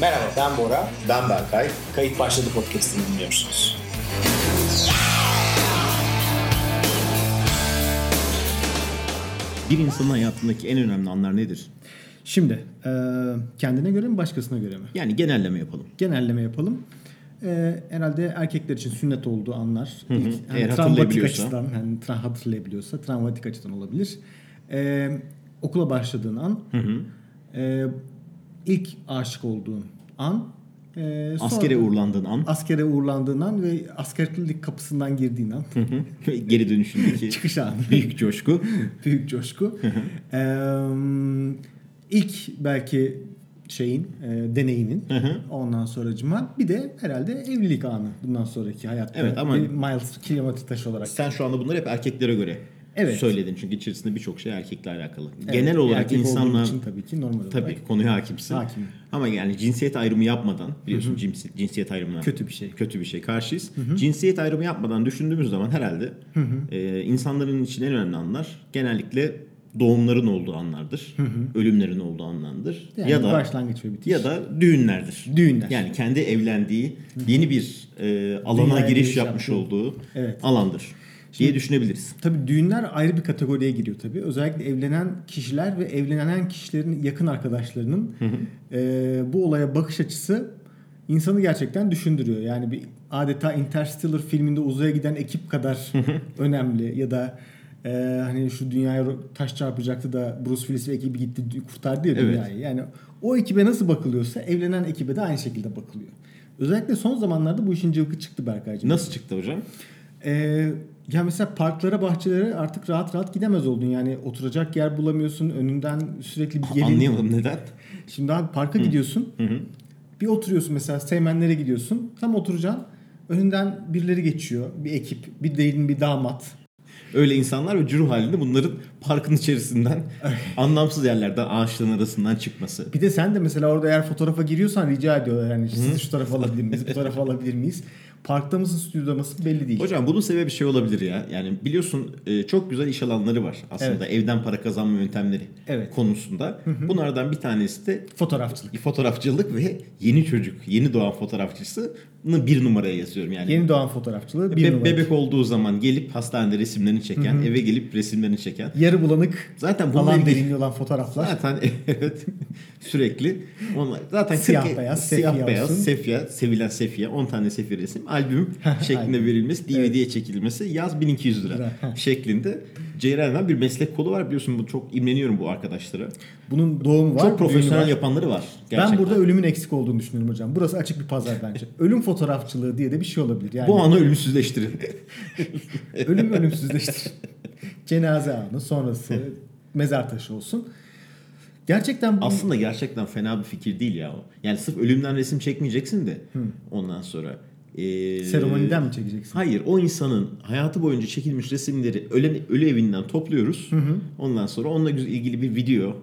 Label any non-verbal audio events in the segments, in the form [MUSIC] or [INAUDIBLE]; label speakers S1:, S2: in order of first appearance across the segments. S1: Ben Bora. Ben Berkay. Kayıt başladı podcast'ini dinliyorsunuz.
S2: Bir insanın hayatındaki en önemli anlar nedir?
S3: Şimdi eee, kendine göre mi başkasına göre mi?
S2: Yani genelleme yapalım.
S3: Genelleme yapalım. Eee, herhalde erkekler için sünnet olduğu anlar. İlk,
S2: Eğer
S3: travmatik
S2: hatırlayabiliyorsa.
S3: açıdan, hani tra- hatırlayabiliyorsa travmatik açıdan olabilir. Eee, okula başladığın an, eee, ilk aşık olduğun an, eee, sonra-
S2: Askere uğurlandığın
S3: [LAUGHS]
S2: an
S3: askere uğurlandığın an ve askerlik kapısından girdiğin an,
S2: ve geri dönüşündeki
S3: çıkış anı.
S2: büyük coşku.
S3: [LAUGHS] büyük coşku. Eee ilk belki şeyin, e, deneyinin. Ondan sonracıma bir de herhalde evlilik anı bundan sonraki hayatta.
S2: Evet, ama-
S3: Bir miles kilometre taşı olarak.
S2: Sen şu anda bunları hep erkeklere göre
S3: Evet.
S2: söyledin. Çünkü içerisinde birçok şey erkekle alakalı.
S3: Evet,
S2: Genel
S3: bir
S2: olarak
S3: erkek olduğum
S2: insanlar
S3: için tabii ki normal olarak
S2: tabii konuya hakimsin.
S3: Hakimim.
S2: Ama yani cinsiyet ayrımı yapmadan biliyorsun cinsiyet, cinsiyet ayrımına
S3: Kötü bir şey.
S2: kötü bir şey karşıyız. Cinsiyet ayrımı yapmadan düşündüğümüz zaman herhalde e, insanların için en önemli anlar genellikle doğumların olduğu anlardır. Ölümlerin olduğu anlardır.
S3: yani
S2: ya da
S3: başlangıç ve bitiş.
S2: Ya da düğünlerdir.
S3: Düğünler.
S2: Yani kendi evlendiği yeni bir e, alana
S3: Dünyaya
S2: giriş,
S3: giriş
S2: yapmış
S3: yaptığı-
S2: olduğu
S3: Evet.
S2: alandır diye düşünebiliriz.
S3: Tabii düğünler ayrı bir kategoriye giriyor tabii. Özellikle evlenen kişiler ve evlenen kişilerin yakın arkadaşlarının e, bu olaya bakış açısı insanı gerçekten düşündürüyor. Yani bir adeta Interstellar filminde uzaya giden ekip kadar önemli ya da e, hani şu dünyaya ro- taş çarpacaktı da Bruce Willis ve ekibi gitti dü- kurtardı ya
S2: Evet.
S3: dünyayı. Yani o ekibe nasıl bakılıyorsa evlenen ekibe de aynı şekilde bakılıyor. Özellikle son zamanlarda bu işin cıvkı çıktı Berkaycığım.
S2: Nasıl çıktı hocam?
S3: Ee, ya mesela parklara, bahçelere artık rahat rahat gidemez oldun. Yani oturacak yer bulamıyorsun. Önünden sürekli bir gelin.
S2: Anlayamadım neden?
S3: Şimdi abi parka gidiyorsun. Bir oturuyorsun mesela Seymenlere gidiyorsun. Tam oturacaksın. Önünden birileri geçiyor. Bir ekip, bir değilin bir damat.
S2: Öyle insanlar ve cüruh halinde bunların parkın içerisinden anlamsız yerlerden ağaçların arasından çıkması.
S3: Bir de sen de mesela orada eğer fotoğrafa giriyorsan rica ediyorlar yani sizi şu tarafa alabilir miyiz, bu tarafa alabilir miyiz? Parkta mısın, stüdyoda mısın belli değil.
S2: Hocam bunun sebebi şey olabilir ya. Yani biliyorsun e, çok güzel iş alanları var aslında evden para kazanma yöntemleri
S3: Evet.
S2: konusunda. Bunlardan bir tanesi de
S3: Fotoğrafçılık.
S2: fotoğrafçılık ve yeni çocuk, yeni doğan fotoğrafçısını bir numaraya yazıyorum. Yani
S3: Yeni doğan fotoğrafçılığı bir
S2: Be-
S3: numara.
S2: bebek olduğu zaman gelip hastanede resimlerini çeken, eve gelip resimlerini çeken.
S3: Yarı bulanık,
S2: Zaten bununla
S3: alan
S2: ilgili-
S3: derinliği olan fotoğraflar.
S2: Zaten
S3: [LAUGHS]
S2: evet sürekli onlar zaten
S3: Siyah
S2: kırk-
S3: beyaz,
S2: siyah
S3: sefiye
S2: beyaz
S3: olsun.
S2: sefiye sevilen sefiye 10 tane sefiye resim
S3: [LAUGHS]
S2: albüm şeklinde
S3: Albüm.
S2: verilmesi DVD'ye çekilmesi yaz 1200 lira
S3: Lira. [LAUGHS]
S2: şeklinde Ceyran'dan bir meslek kolu var biliyorsun bu çok imreniyorum bu arkadaşlara.
S3: Bunun doğum var.
S2: çok profesyonel
S3: düğünü var.
S2: yapanları var gerçekten.
S3: Ben burada ölümün eksik olduğunu düşünüyorum hocam. Burası açık bir pazar bence.
S2: [LAUGHS]
S3: Ölüm fotoğrafçılığı diye de bir şey olabilir. Yani
S2: bu anı ölümsüzleştirin. [LAUGHS]
S3: ölüm ölümsüzleştir. [LAUGHS] Cenaze
S2: [LAUGHS]
S3: anı, sonrası mezar taşı olsun. Gerçekten bu [LAUGHS]
S2: Aslında gerçekten fena bir fikir değil ya o. Yani sırf ölümden resim çekmeyeceksin de ondan sonra. Ee,
S3: seremoniden mi çekeceksin?
S2: Hayır o insanın hayatı boyunca çekilmiş resimleri ölen, ölü evinden topluyoruz. Ondan sonra onunla güz- ilgili bir video.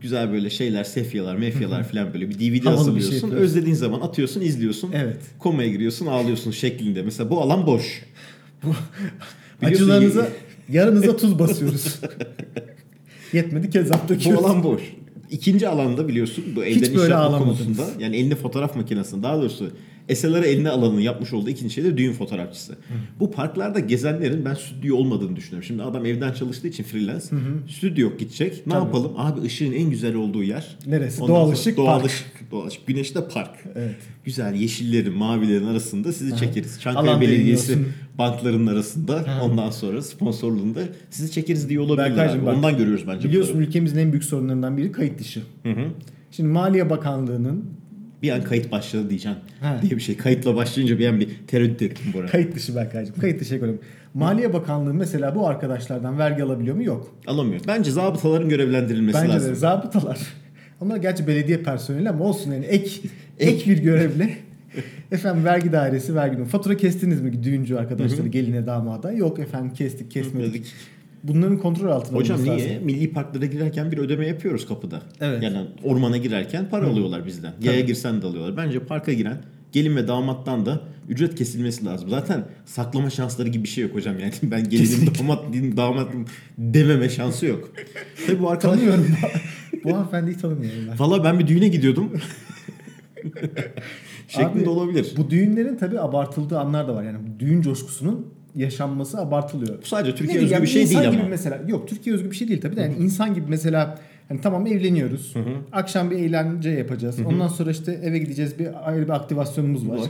S2: Güzel böyle şeyler, sefyalar, mefyalar falan böyle bir DVD
S3: Havalı bir şey
S2: hazırlıyorsun.
S3: yapıyorsun.
S2: Özlediğin zaman atıyorsun, izliyorsun.
S3: Evet.
S2: Komaya giriyorsun, ağlıyorsun şeklinde. Mesela bu alan boş. Biliyorsun [LAUGHS]
S3: Acılarınıza,
S2: ye-
S3: yarınıza
S2: [LAUGHS]
S3: tuz basıyoruz. Yetmedi kezzap
S2: Bu
S3: döküyoruz.
S2: alan boş. İkinci alanda biliyorsun bu evden iş
S3: böyle
S2: yapma
S3: ağlamadınız.
S2: konusunda yani elinde fotoğraf makinesini daha doğrusu SLR'ı eline alanını yapmış olduğu ikinci şey de düğün fotoğrafçısı. Bu parklarda gezenlerin ben stüdyo olmadığını düşünüyorum. Şimdi adam evden çalıştığı için freelance stüdyo yok gidecek. Ne yapalım? Abi ışığın en güzel olduğu yer.
S3: Neresi?
S2: Ondan
S3: Doğal
S2: sonra-
S3: ışık,
S2: Doğal
S3: park.
S2: ışık. Doğal ışık. Güneşte park.
S3: Evet.
S2: Güzel yeşillerin, mavilerin arasında sizi çekeriz. Çankaya
S3: Alan
S2: Belediyesi
S3: deniyorsun.
S2: banklarının arasında ondan sonra sponsorluğunda sizi çekeriz diye olabilirler.
S3: Berkaycığım
S2: abi.
S3: bak,
S2: Ondan görüyoruz bence.
S3: [LAUGHS] Biliyorsun
S2: bunları.
S3: ülkemizin en büyük sorunlarından biri kayıt dışı.
S2: Hı hı.
S3: Şimdi Maliye Bakanlığı'nın
S2: Bir an kayıt başladı diyeceğim.
S3: Ha.
S2: Diye bir şey. Kayıtla başlayınca bir an bir tereddüt ettim Bora.
S3: kayıt dışı Berkay'cığım. Kayıt dışı ekonomi. Maliye Bakanlığı mesela bu arkadaşlardan vergi alabiliyor mu? Yok.
S2: Alamıyor. Bence zabıtaların görevlendirilmesi
S3: Bence
S2: lazım.
S3: de zabıtalar. [LAUGHS] Onlar gerçi belediye personeli ama olsun yani ek ek bir görevle. [LAUGHS] efendim vergi dairesi vergi dairesi. Fatura kestiniz mi düğüncü arkadaşları geline damada? Yok efendim kestik kesmedik.
S2: Dedik.
S3: Bunların kontrol altına
S2: Hocam
S3: alınması
S2: niye?
S3: lazım.
S2: Milli parklara girerken bir ödeme yapıyoruz kapıda.
S3: Evet.
S2: Yani ormana girerken para alıyorlar bizden. Yaya girsen de alıyorlar. Bence parka giren gelin ve damattan da ücret kesilmesi lazım. Zaten saklama şansları gibi bir şey yok hocam. Yani [LAUGHS] ben gelinim damat değilim, damatım dememe şansı yok. Tabii bu arkadaş...
S3: Tanıyorum. bu hanımefendiyi tanımıyorum ben. [LAUGHS]
S2: Valla ben bir düğüne gidiyordum. şeklinde
S3: Abi,
S2: olabilir. Bu,
S3: Bu düğünlerin tabii abartıldığı anlar da var. Yani düğün coşkusunun yaşanması abartılıyor.
S2: sadece
S3: Ne
S2: Türkiye
S3: bileyim,
S2: özgü
S3: yani
S2: bir şey
S3: insan
S2: değil
S3: gibi
S2: ama.
S3: Mesela yok Türkiye özgü bir şey değil tabii de yani insan gibi mesela hani tamam evleniyoruz. Akşam bir eğlence yapacağız. Ondan sonra işte eve gideceğiz bir ayrı bir
S2: [LAUGHS]
S3: aktivasyonumuz var.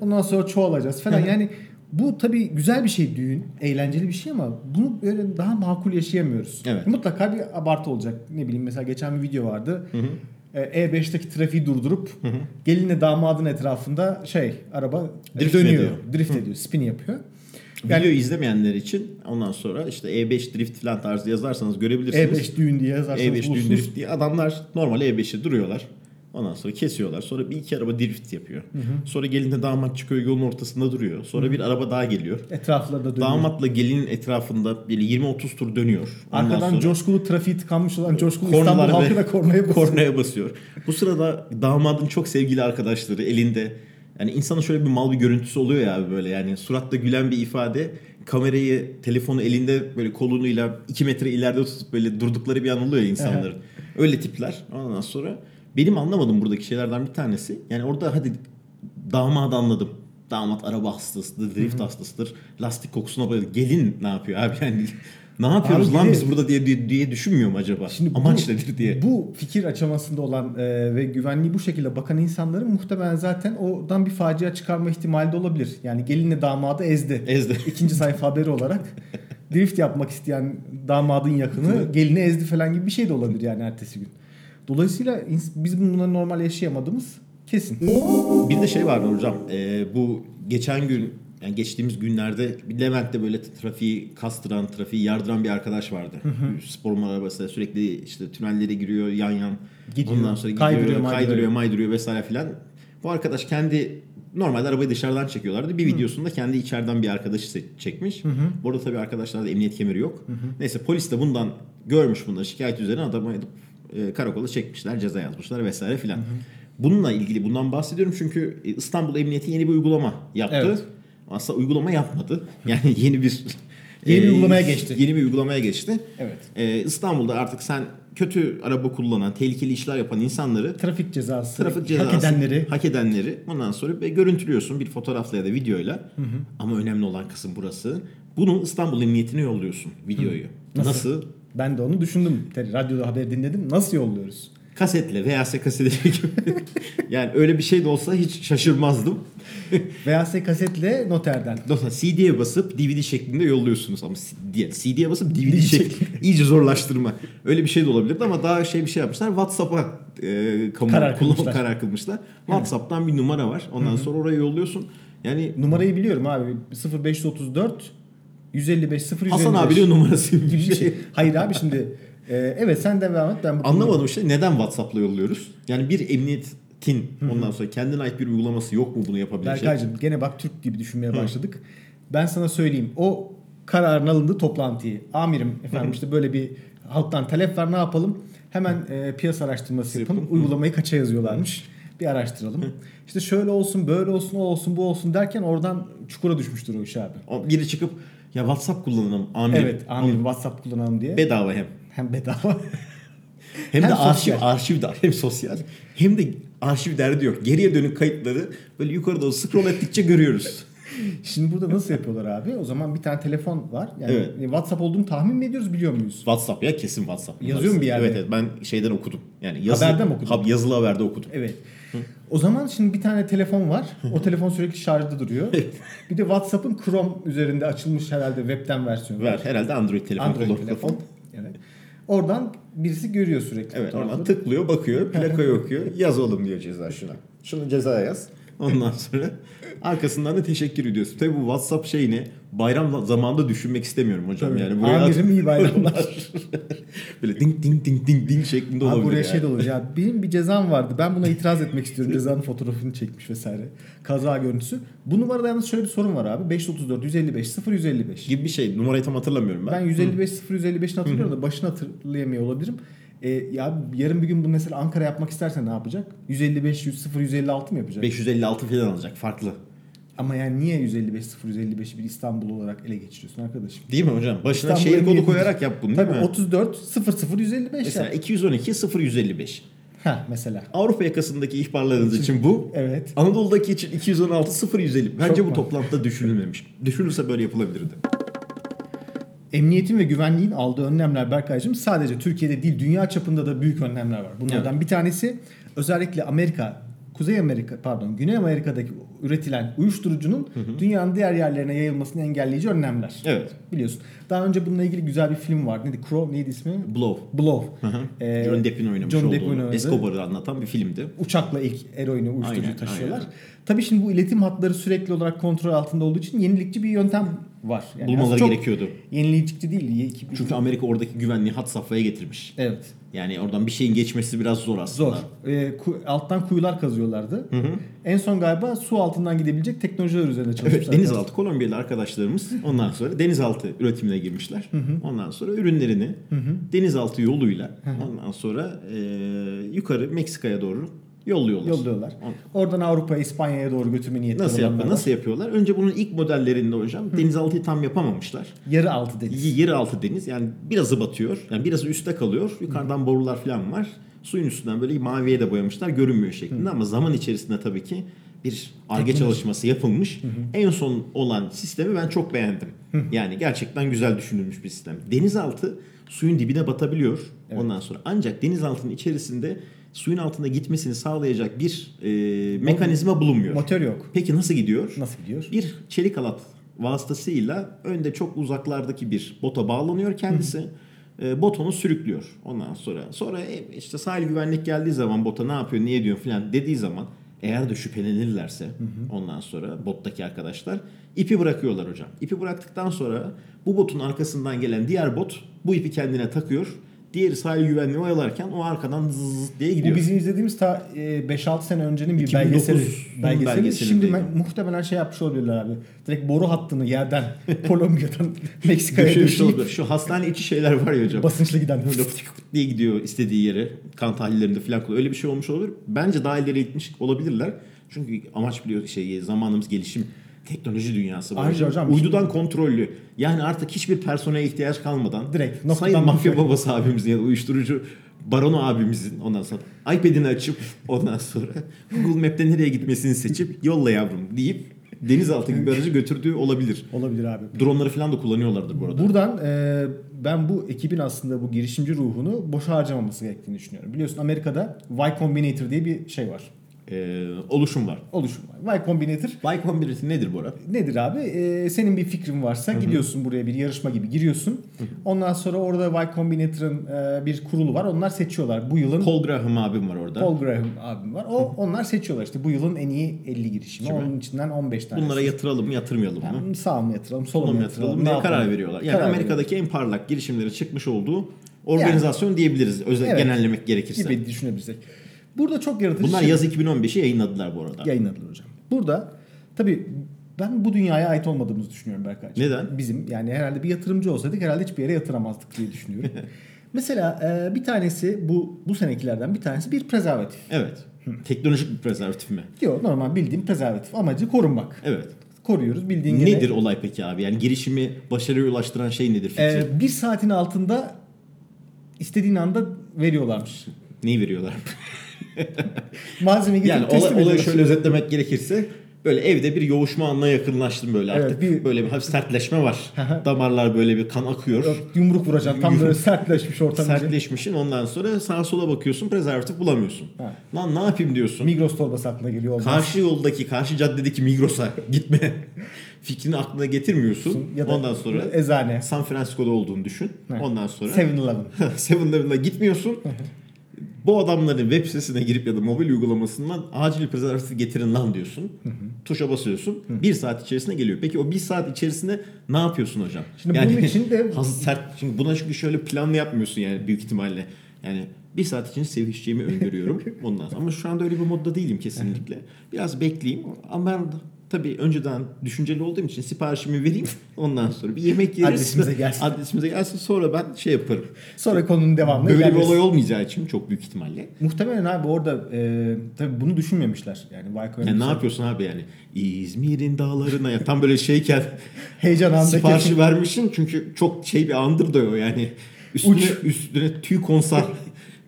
S3: Ondan sonra çoğalacağız falan. yani bu tabii güzel bir şey düğün, eğlenceli bir şey ama bunu böyle daha makul yaşayamıyoruz.
S2: Evet.
S3: Mutlaka bir abartı olacak. Ne bileyim mesela geçen bir video vardı. E, E5'teki trafiği durdurup gelinle damadın etrafında şey araba
S2: Drift
S3: dönüyor,
S2: ediyor.
S3: drift ediyor, spin yapıyor.
S2: Video izlemeyenler için ondan sonra işte E5 drift falan tarzı yazarsanız görebilirsiniz.
S3: E5 E düğün diye yazarsanız
S2: E5 E düğün
S3: bulursunuz.
S2: drift diye adamlar normal E5'e duruyorlar. Ondan sonra kesiyorlar. Sonra bir iki araba drift yapıyor. Sonra gelinle damat çıkıyor yolun ortasında duruyor. Sonra bir araba daha geliyor.
S3: Etraflarda dönüyor.
S2: Damatla gelinin etrafında böyle 20-30 tur dönüyor. Ondan
S3: Arkadan
S2: sonra
S3: coşkulu trafiği tıkanmış olan coşkulu
S2: Kornalar
S3: İstanbul
S2: ve-
S3: halkı da kornaya basıyor.
S2: kornaya basıyor. Bu sırada damadın çok sevgili arkadaşları elinde yani insanın şöyle bir mal bir görüntüsü oluyor ya abi böyle yani suratta gülen bir ifade kamerayı telefonu elinde böyle kolunuyla 2 metre ileride tutup böyle durdukları bir an oluyor ya insanların. Öyle tipler. Ondan sonra benim anlamadığım buradaki şeylerden bir tanesi yani orada hadi damadı anladım. Damat araba hastasıdır, drift hastasıdır. Lastik kokusuna bayılır. Gelin ne yapıyor abi yani? [LAUGHS] Ne yapıyoruz
S3: Abi
S2: lan
S3: bir de-
S2: biz burada diye diye, diye düşünmüyor mu acaba?
S3: Şimdi bu-
S2: Amaç nedir diye.
S3: Bu fikir aşamasında olan e, ve güvenliği bu şekilde bakan insanların muhtemelen zaten oradan bir facia çıkarma ihtimali de olabilir. Yani gelinle damadı ezdi.
S2: Ezdi.
S3: [LAUGHS] İkinci sayfa haberi olarak drift yapmak isteyen damadın yakını gelini ezdi falan gibi bir şey de olabilir yani ertesi gün. Dolayısıyla ins- biz bunları normal yaşayamadığımız kesin.
S2: Bir de şey var hocam. Ee, bu geçen gün yani geçtiğimiz günlerde bir Levent'te böyle trafiği kastıran, trafiği yardıran bir arkadaş vardı. Spor arabası sürekli işte tünellere giriyor yan yan.
S3: Gidiyor,
S2: Ondan sonra gidiyor,
S3: kaydırıyor,
S2: kaydırıyor,
S3: maydırıyor.
S2: kaydırıyor maydırıyor vesaire filan. Bu arkadaş kendi normalde arabayı dışarıdan çekiyorlardı. Bir videosunda kendi içeriden bir arkadaşı se- çekmiş. Bu arada tabii arkadaşlarda emniyet kemeri yok. Neyse polis de bundan görmüş bundan şikayet üzerine adamı edip e, karakola çekmişler, ceza yazmışlar vesaire filan. Bununla ilgili bundan bahsediyorum çünkü e, İstanbul Emniyeti yeni bir uygulama yaptı.
S3: Evet.
S2: Aslında uygulama yapmadı. [LAUGHS] Yani yeni bir
S3: [LAUGHS] Yeni bir
S2: e,
S3: uygulamaya geçti.
S2: Yeni bir uygulamaya geçti.
S3: Evet.
S2: E, İstanbul'da artık sen kötü araba kullanan, tehlikeli işler yapan insanları
S3: Trafik cezası,
S2: trafik cezası
S3: hak edenleri
S2: hak edenleri ondan sonra be- görüntülüyorsun bir fotoğrafla ya da videoyla. Ama önemli olan kısım burası. Bunu İstanbul Emniyeti'ne yolluyorsun videoyu.
S3: Nasıl?
S2: Nasıl?
S3: Ben de onu düşündüm. Te- Radyoda haber dinledim. Nasıl yolluyoruz?
S2: Kasetle veya kaseti [LAUGHS] gibi. yani öyle bir şey de olsa hiç şaşırmazdım.
S3: VHS kasetle noterden.
S2: Dostlar CD'ye basıp DVD şeklinde yolluyorsunuz ama CD CD'ye basıp DVD şeklinde. [LAUGHS] iyice zorlaştırma. Öyle bir şey de olabilirdi ama daha şey bir şey yapmışlar. WhatsApp'a e, kamu,
S3: Karar
S2: karar,
S3: kılmışlar.
S2: karar kılmışlar. WhatsApp'tan bir numara var. Ondan sonra oraya yolluyorsun. Yani
S3: Numarayı biliyorum abi. 0534 155 055.
S2: Hasan abinin numarası gibi
S3: gibi
S2: bir şey.
S3: Hayır abi şimdi e, evet sen devam et ben bu
S2: Anlamadığım şey neden WhatsApp'la yolluyoruz? Yani bir emniyetin ondan sonra kendine ait bir uygulaması yok mu bunu yapabilecek?
S3: Berkay'cığım gene bak Türk gibi düşünmeye başladık. Ben sana söyleyeyim. O kararın alındığı toplantıyı. Amirim efendim işte böyle bir halktan talep var ne yapalım? Hemen e, piyasa araştırması yapın. Uygulamayı kaça yazıyorlarmış? Bir araştıralım. İşte şöyle olsun, böyle olsun, o olsun, bu olsun derken oradan çukura düşmüştür o iş abi.
S2: O Biri çıkıp ya WhatsApp kullanalım amirim.
S3: Evet, amirim WhatsApp kullanalım diye.
S2: Bedava hem.
S3: Hem bedava. [LAUGHS]
S2: Hem,
S3: Hem
S2: de arşiv,
S3: sosyal.
S2: arşiv de hem sosyal hem de arşiv derdi yok. Geriye dönük kayıtları böyle yukarı doğru scroll ettikçe görüyoruz.
S3: Şimdi burada nasıl yapıyorlar abi? O zaman bir tane telefon var. Yani
S2: Evet.
S3: WhatsApp olduğunu tahmin mi ediyoruz biliyor muyuz?
S2: WhatsApp ya kesin WhatsApp.
S3: Yazıyor mu bir yerde?
S2: Evet, evet ben şeyden okudum. Yani yazılı,
S3: Haberde mi okudun?
S2: Hab- yazılı haberde okudum.
S3: Evet. O zaman şimdi bir tane telefon var. O telefon sürekli şarjda duruyor. bir de WhatsApp'ın Chrome üzerinde açılmış herhalde webten versiyonu.
S2: Ver herhalde Android telefon
S3: Android
S2: kullan-
S3: telefon. Evet. Oradan birisi görüyor sürekli.
S2: Evet oradan
S3: fotoğrafları.
S2: tıklıyor bakıyor
S3: [LAUGHS]
S2: plakayı okuyor yaz oğlum diyor ceza şuna. Şunu ceza yaz. Ondan sonra arkasından da teşekkür ediyorsun. Tabii bu WhatsApp şeyini bayram zamanında düşünmek istemiyorum hocam
S3: Tabii.
S2: yani. Buraya
S3: Amirim
S2: [LAUGHS]
S3: iyi bayramlar.
S2: böyle ding ding ding ding ding şeklinde
S3: Abi
S2: olabilir.
S3: buraya
S2: yani.
S3: şey de olur ya benim bir cezam vardı ben buna itiraz
S2: [LAUGHS]
S3: etmek istiyorum cezanın fotoğrafını çekmiş vesaire kaza görüntüsü. Bu numarada yalnız şöyle bir sorun var abi 534 155 0155
S2: gibi bir şey. Numarayı tam hatırlamıyorum ben.
S3: Ben 155 055'ini hatırlıyorum da başını hatırlayamıyor olabilirim. Ee, ya yarın bir gün bunu mesela Ankara yapmak istersen ne yapacak? 155 100 156 mı yapacak?
S2: 556 falan alacak farklı.
S3: Ama yani niye 155 055'i bir İstanbul olarak ele geçiriyorsun arkadaşım?
S2: Değil mi hocam? Başına
S3: İstanbul
S2: şehir kodu
S3: Emniyeti-
S2: koyarak yap bunu değil
S3: Tabii
S2: mi?
S3: 34 00 155
S2: Mesela
S3: yani.
S2: 212 0155.
S3: Ha mesela.
S2: Avrupa yakasındaki ihbarlarınız için bu.
S3: Evet.
S2: Anadolu'daki için 216 0150. Bence
S3: Çok
S2: bu
S3: var.
S2: toplantıda düşünülmemiş. Düşünülse böyle yapılabilirdi.
S3: Emniyetin ve güvenliğin aldığı önlemler Berkay'cığım sadece Türkiye'de değil dünya çapında da büyük önlemler var. Bunlardan bir tanesi özellikle Amerika, Kuzey Amerika pardon Güney Amerika'daki üretilen uyuşturucunun dünyanın diğer yerlerine yayılmasını engelleyici önlemler.
S2: Evet.
S3: Biliyorsun. Daha önce bununla ilgili güzel bir film vardı. Neydi? Crow neydi ismi?
S2: Blow.
S3: Blow. Ee,
S2: John Depp'in oynamış
S3: John
S2: olduğu
S3: Depp'in oynadı.
S2: Escobar'ı anlatan bir filmdi.
S3: uçakla ilk eroini uyuşturucu
S2: Aynen,
S3: taşıyorlar.
S2: aynen.
S3: Tabii şimdi bu iletim hatları sürekli olarak kontrol altında olduğu için yenilikçi bir yöntem var. Yani
S2: Bulmaları
S3: aslında çok
S2: gerekiyordu.
S3: Yenilikçi değil.
S2: Çünkü Amerika oradaki güvenliği hat safhaya getirmiş.
S3: evet.
S2: Yani oradan bir şeyin geçmesi biraz zor aslında.
S3: Zor. Ee, ku- alttan kuyular kazıyorlardı. En son galiba su altından gidebilecek teknolojiler üzerine çalışmışlar.
S2: Evet, denizaltı Kolombiyalı arkadaşlarımız ondan sonra denizaltı üretimine girmişler. Ondan sonra ürünlerini denizaltı yoluyla ondan sonra e, yukarı Meksika'ya doğru yolluyorlar.
S3: Yolluyorlar. Oradan Avrupa, İspanya'ya doğru götürme niyetleri
S2: Nasıl
S3: olanlar
S2: yapıyor?
S3: var.
S2: Nasıl yapıyorlar? Önce bunun ilk modellerinde hocam denizaltıyı tam yapamamışlar.
S3: Yarı altı
S2: Y-
S3: deniz.
S2: Yeri altı deniz yani birazı batıyor. Yani birazı üstte kalıyor. Yukarıdan borular falan var. Suyun üstünden böyle maviye de boyamışlar. Görünmüyor şeklinde ama zaman içerisinde tabii ki bir arge çalışması yapılmış. En son olan sistemi ben çok beğendim. Yani gerçekten güzel düşünülmüş bir sistem. Denizaltı suyun dibine batabiliyor. Ondan sonra ancak denizaltının içerisinde suyun altında gitmesini sağlayacak bir e, mekanizma bulunmuyor.
S3: Motor yok.
S2: Peki nasıl gidiyor?
S3: Nasıl gidiyor?
S2: Bir çelik halat vasıtasıyla önde çok uzaklardaki bir bota bağlanıyor kendisi. E, bot onu sürüklüyor ondan sonra. Sonra e, işte sahil güvenlik geldiği zaman bota ne yapıyor, niye diyor falan dediği zaman eğer de şüphelenirlerse ondan sonra bottaki arkadaşlar ipi bırakıyorlar hocam. İpi bıraktıktan sonra bu botun arkasından gelen diğer bot bu ipi kendine takıyor. Diğeri sahil güvenliği oyalarken o arkadan zzzz diye
S3: Bu
S2: gidiyor.
S3: bizim izlediğimiz ta e, 5-6 sene öncenin bir
S2: 2009
S3: belgeseli.
S2: belgeselindeydi.
S3: belgeseli. Şimdi me- muhtemelen şey yapmış olabilirler abi. Direkt boru
S2: [LAUGHS]
S3: hattını yerden Kolombiya'dan [LAUGHS] Meksika'ya
S2: Düşürmüş
S3: döşeyip
S2: olabilir. [LAUGHS] Şu hastane içi şeyler var ya hocam.
S3: basınçlı giden.
S2: Böyle fıtık diye gidiyor istediği yere. Kan tahlillerinde falan kullanıyor. Öyle bir şey olmuş olabilir. Bence daha ileri gitmiş olabilirler. Çünkü amaç biliyor şey zamanımız gelişim teknoloji dünyası. bu
S3: Ayrıca
S2: hocam.
S3: hocam-
S2: Uydudan kontrollü. Yani artık hiçbir personele ihtiyaç kalmadan
S3: Direkt noktadan
S2: sayın mafya
S3: noktaya.
S2: babası abimizin ya da uyuşturucu baronu abimizin ondan sonra iPad'ini açıp ondan sonra [LAUGHS] Google Map'te nereye gitmesini seçip yolla yavrum deyip denizaltı gibi bir aracı götürdüğü olabilir.
S3: olabilir abi.
S2: Dronları falan da kullanıyorlardır bu arada.
S3: Buradan e, ben bu ekibin aslında bu girişimci ruhunu boşa harcamaması gerektiğini düşünüyorum. Biliyorsun Amerika'da Y Combinator diye bir şey var.
S2: Ee, oluşum var.
S3: Oluşum var. Y Combinator
S2: Bike Mobility nedir Bora?
S3: nedir abi? Ee, senin bir fikrin varsa gidiyorsun buraya bir yarışma gibi giriyorsun. Ondan sonra orada Y Combinator'ın e, bir kurulu var. Onlar seçiyorlar bu yılın Paul,
S2: Paul Graham abim var orada.
S3: Graham abim var. O onlar seçiyorlar işte bu yılın en iyi 50 girişimi.
S2: Kimi?
S3: Onun içinden 15 tane.
S2: Bunlara yatıralım mı yatırmayalım mı?
S3: yani sağ mı yatıralım, sola
S2: Bunu
S3: mı
S2: mu
S3: yatıralım?
S2: yatıralım
S3: ne
S2: diye
S3: yapalım?
S2: karar veriyorlar. Yani
S3: Karar
S2: Amerika'daki en parlak girişimlerin çıkmış olduğu organizasyon diyebiliriz. Özel
S3: Evet.
S2: genellemek gerekirse.
S3: gibi düşünebilirsek. Burada çok yaratıcı
S2: Bunlar
S3: şey-
S2: yaz 2015'i yayınladılar bu arada.
S3: yayınladılar hocam. Burada tabii ben bu dünyaya ait olmadığımızı düşünüyorum Berkay.
S2: Neden?
S3: Bizim yani herhalde bir yatırımcı olsaydık herhalde hiçbir yere yatıramazdık diye düşünüyorum.
S2: [LAUGHS]
S3: Mesela e, bir tanesi bu bu senekilerden bir tanesi bir prezervatif.
S2: Evet. Teknolojik bir prezervatif mi?
S3: Diyor normal bildiğim prezervatif amacı korunmak.
S2: Evet.
S3: Koruyoruz bildiğin gibi.
S2: Nedir olay peki abi? Yani girişimi başarıya ulaştıran şey nedir fikri?
S3: E, bir saatin altında istediğin anda veriyorlarmış.
S2: Neyi
S3: [LAUGHS]
S2: veriyorlar?
S3: Malzeme getirip
S2: Yani
S3: teslim
S2: olay, olayı
S3: ediyorlar.
S2: şöyle özetlemek gerekirse böyle evde bir yoğuşma anına yakınlaştım böyle
S3: Evet,
S2: artık.
S3: bir-
S2: Böyle bir hafif sertleşme var. Damarlar böyle bir kan akıyor.
S3: Yumruk vuracaksın tam böyle
S2: Yumruk.
S3: sertleşmiş ortam.
S2: Sertleşmişin ondan sonra sağa sola bakıyorsun prezervatif bulamıyorsun.
S3: Ha.
S2: Lan ne yapayım diyorsun.
S3: Migros torbası aklına geliyor. olmaz.
S2: Karşı yoldaki, karşı caddedeki Migros'a gitme
S3: [LAUGHS]
S2: fikrini aklına getirmiyorsun.
S3: Ya da
S2: ondan sonra
S3: eczane.
S2: San Francisco'da olduğunu düşün.
S3: Ha.
S2: Ondan sonra
S3: 7-Eleven.
S2: [LAUGHS] 7-Eleven'a gitmiyorsun. Bu adamların web sitesine girip ya da mobil uygulamasından acil prezervatif getirin lan diyorsun. Tuşa basıyorsun. Bir saat içerisinde geliyor. Peki o bir saat içerisinde ne yapıyorsun hocam?
S3: Şimdi bunun için de-
S2: [LAUGHS] Hazır sert. Şimdi buna çünkü şöyle planlı yapmıyorsun yani büyük ihtimalle. Yani bir saat için sevişeceğimi
S3: [LAUGHS]
S2: öngörüyorum bundan sonra. Ama şu anda öyle bir modda değilim kesinlikle. Biraz bekleyeyim. Ama ben tabii önceden düşünceli olduğum için siparişimi vereyim. Ondan sonra bir yemek yeriz.
S3: Adresimize gelsin.
S2: Adresimize gelsin. Sonra ben şey yaparım.
S3: Sonra konunun devamını
S2: Böyle bir
S3: ilerleriz.
S2: olay olmayacağı için çok büyük ihtimalle.
S3: Muhtemelen abi orada e, tabii bunu düşünmemişler. Yani Viacom'un
S2: Yani ne yapıyorsun abi yani? İzmir'in dağlarına ya tam böyle şeyken
S3: heyecan anında
S2: siparişi
S3: kesin-
S2: vermişsin çünkü çok şey bir andır da o yani. Üstüne,
S3: Uç.
S2: üstüne tüy konsa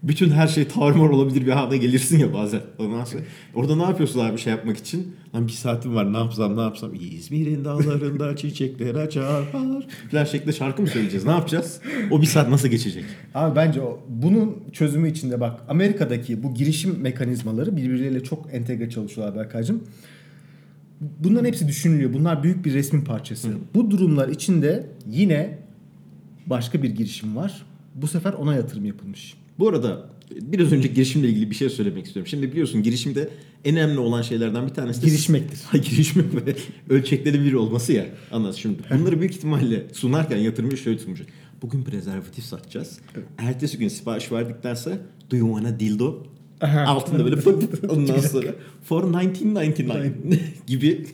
S2: bütün her şey tarumar olabilir bir hale gelirsin ya bazen. Ondan sonra orada ne yapıyorsun abi şey yapmak için? Lan bir saatim var ne yapsam ne yapsam. İzmir'in dağlarında [LAUGHS] çiçekler açar. Falan şeklinde şarkı mı söyleyeceğiz? Ne yapacağız? O bir saat nasıl geçecek?
S3: [LAUGHS] Abi bence o, bunun çözümü içinde bak Amerika'daki bu girişim mekanizmaları birbirleriyle çok entegre çalışıyorlar Berkaycığım. Bunların hepsi düşünülüyor. Bunlar büyük bir resmin parçası. Bu durumlar içinde yine başka bir girişim var. Bu sefer ona yatırım yapılmış.
S2: Bu arada biraz önce girişimle ilgili bir şey söylemek istiyorum. Şimdi biliyorsun girişimde en önemli olan şeylerden bir tanesi de-
S3: Girişmektir.
S2: [LAUGHS] Ha, girişmek ve ölçekleri bir olması ya. Anlat şimdi. Bunları büyük ihtimalle sunarken yatırımcı şöyle sunacak. Bugün prezervatif satacağız. Ertesi gün sipariş verdiktense do you wanna dildo? Altında böyle pıt pıt ondan sonra for 19.99 [LAUGHS] gibi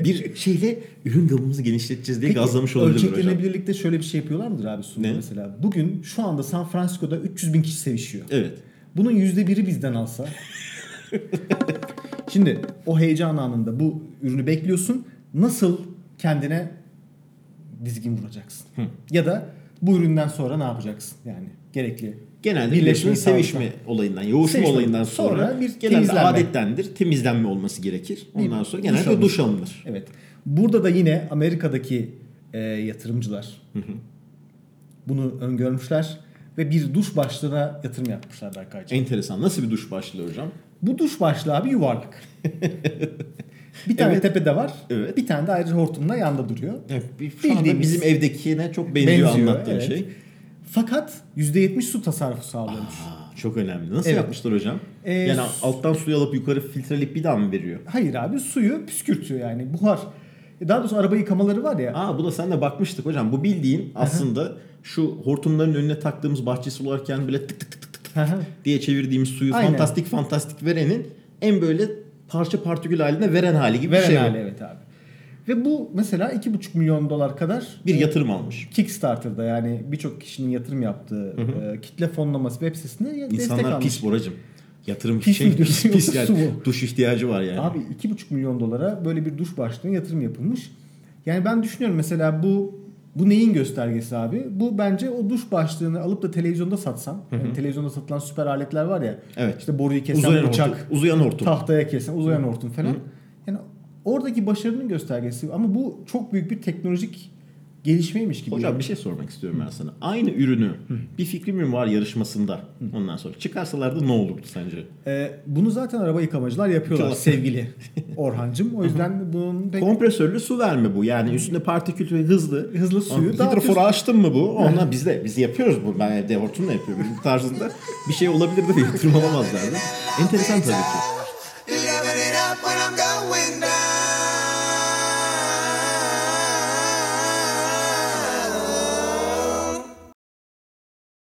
S2: bir şeyle ürün gamımızı genişleteceğiz diye gazlamış olabilir hocam.
S3: ölçeklenebilirlikte şöyle bir şey yapıyorlar mıdır abi sunum
S2: Ne?
S3: mesela? Bugün şu anda San Francisco'da 300 bin kişi sevişiyor.
S2: Evet.
S3: Bunun yüzde biri bizden alsa. Şimdi o heyecan anında bu ürünü bekliyorsun. Nasıl kendine dizgin vuracaksın? Ya da bu üründen sonra ne yapacaksın? Yani gerekli.
S2: Genelde
S3: birleşmeyi
S2: birleşme,
S3: sağlasan.
S2: sevişme olayından, yoğuşma
S3: Sevişme.
S2: olayından sonra,
S3: Sonra bir
S2: genelde
S3: temizlenme.
S2: adettendir. Temizlenme olması gerekir. Ondan sonra
S3: duş
S2: genelde
S3: alınır.
S2: duş alınır.
S3: Evet. Burada da yine Amerika'daki e, yatırımcılar bunu öngörmüşler ve bir duş başlığına yatırım yapmışlar Berkaycığım.
S2: Enteresan. Nasıl bir duş başlığı hocam?
S3: Bu duş başlığı abi yuvarlak.
S2: [LAUGHS]
S3: bir tane
S2: Evet.
S3: tepede var.
S2: Evet.
S3: Bir tane de ayrıca hortumla yanda duruyor.
S2: Şu anda
S3: Bildiğimiz-
S2: bizim e- evdekine çok benziyor, anlattığın
S3: evet.
S2: şey.
S3: Fakat %70 su tasarrufu sağlıyormuş.
S2: Aa, çok önemli. Nasıl
S3: Evet.
S2: yapmışlar hocam?
S3: Ee,
S2: yani alttan suyu alıp yukarı filtreleyip bir daha mı veriyor?
S3: Hayır abi suyu püskürtüyor yani buhar. E Daha doğrusu araba yıkamaları var ya.
S2: Aa bu da sen de bakmıştık hocam. Bu bildiğin aslında şu hortumların önüne taktığımız bahçe sularken bile tık tık tık tık tık
S3: Hı hı.
S2: diye çevirdiğimiz suyu
S3: Aynen.
S2: fantastik fantastik verenin en böyle parça partikül haline veren hali gibi
S3: Veren
S2: bir şey. bu.
S3: hali evet abi. Ve bu mesela 2,5 milyon dolar kadar
S2: Bir
S3: e,
S2: yatırım almış.
S3: Kickstarter'da yani birçok kişinin yatırım yaptığı e, kitle fonlaması web sitesinde ya- destek
S2: İnsanlar
S3: almış.
S2: pis boracım. Yatırım
S3: Pis
S2: şey
S3: mi
S2: pis,
S3: diyorsun
S2: pis
S3: yoksa
S2: yani.
S3: su mu?
S2: Duş ihtiyacı var yani.
S3: Abi 2,5 milyon dolara böyle bir duş başlığına yatırım yapılmış. Yani ben düşünüyorum mesela bu bu neyin göstergesi abi? Bu bence o duş başlığını alıp da televizyonda satsan. Yani televizyonda satılan süper aletler var ya.
S2: Evet.
S3: İşte boruyu kesen
S2: uzayan
S3: bıçak,
S2: hortum. Uzayan hortum.
S3: tahtaya kesen, uzayan hortum falan. Yani oradaki başarının göstergesi ama bu çok büyük bir teknolojik gelişmeymiş gibi.
S2: Hocam
S3: Yani.
S2: bir şey sormak istiyorum ben sana. Aynı ürünü bir fikrim mi var yarışmasında ondan sonra çıkarsalardı ne olurdu sence?
S3: Ee, bunu zaten araba yıkamacılar yapıyorlar
S2: Çok-
S3: sevgili
S2: [LAUGHS]
S3: Orhancım. O yüzden bunun pek
S2: Kompresörlü su verme bu. Yani üstünde partikül ve hızlı.
S3: Hmm. Hızlı suyu
S2: Hidroforu
S3: dağıtıyorsun.
S2: açtın mı bu? Ondan biz de biz yapıyoruz bu. Ben evde hortumla yapıyorum tarzında bir şey olabilirdi de yatırım alamazlardı. Enteresan tabii ki.
S4: Living it up when I'm going down.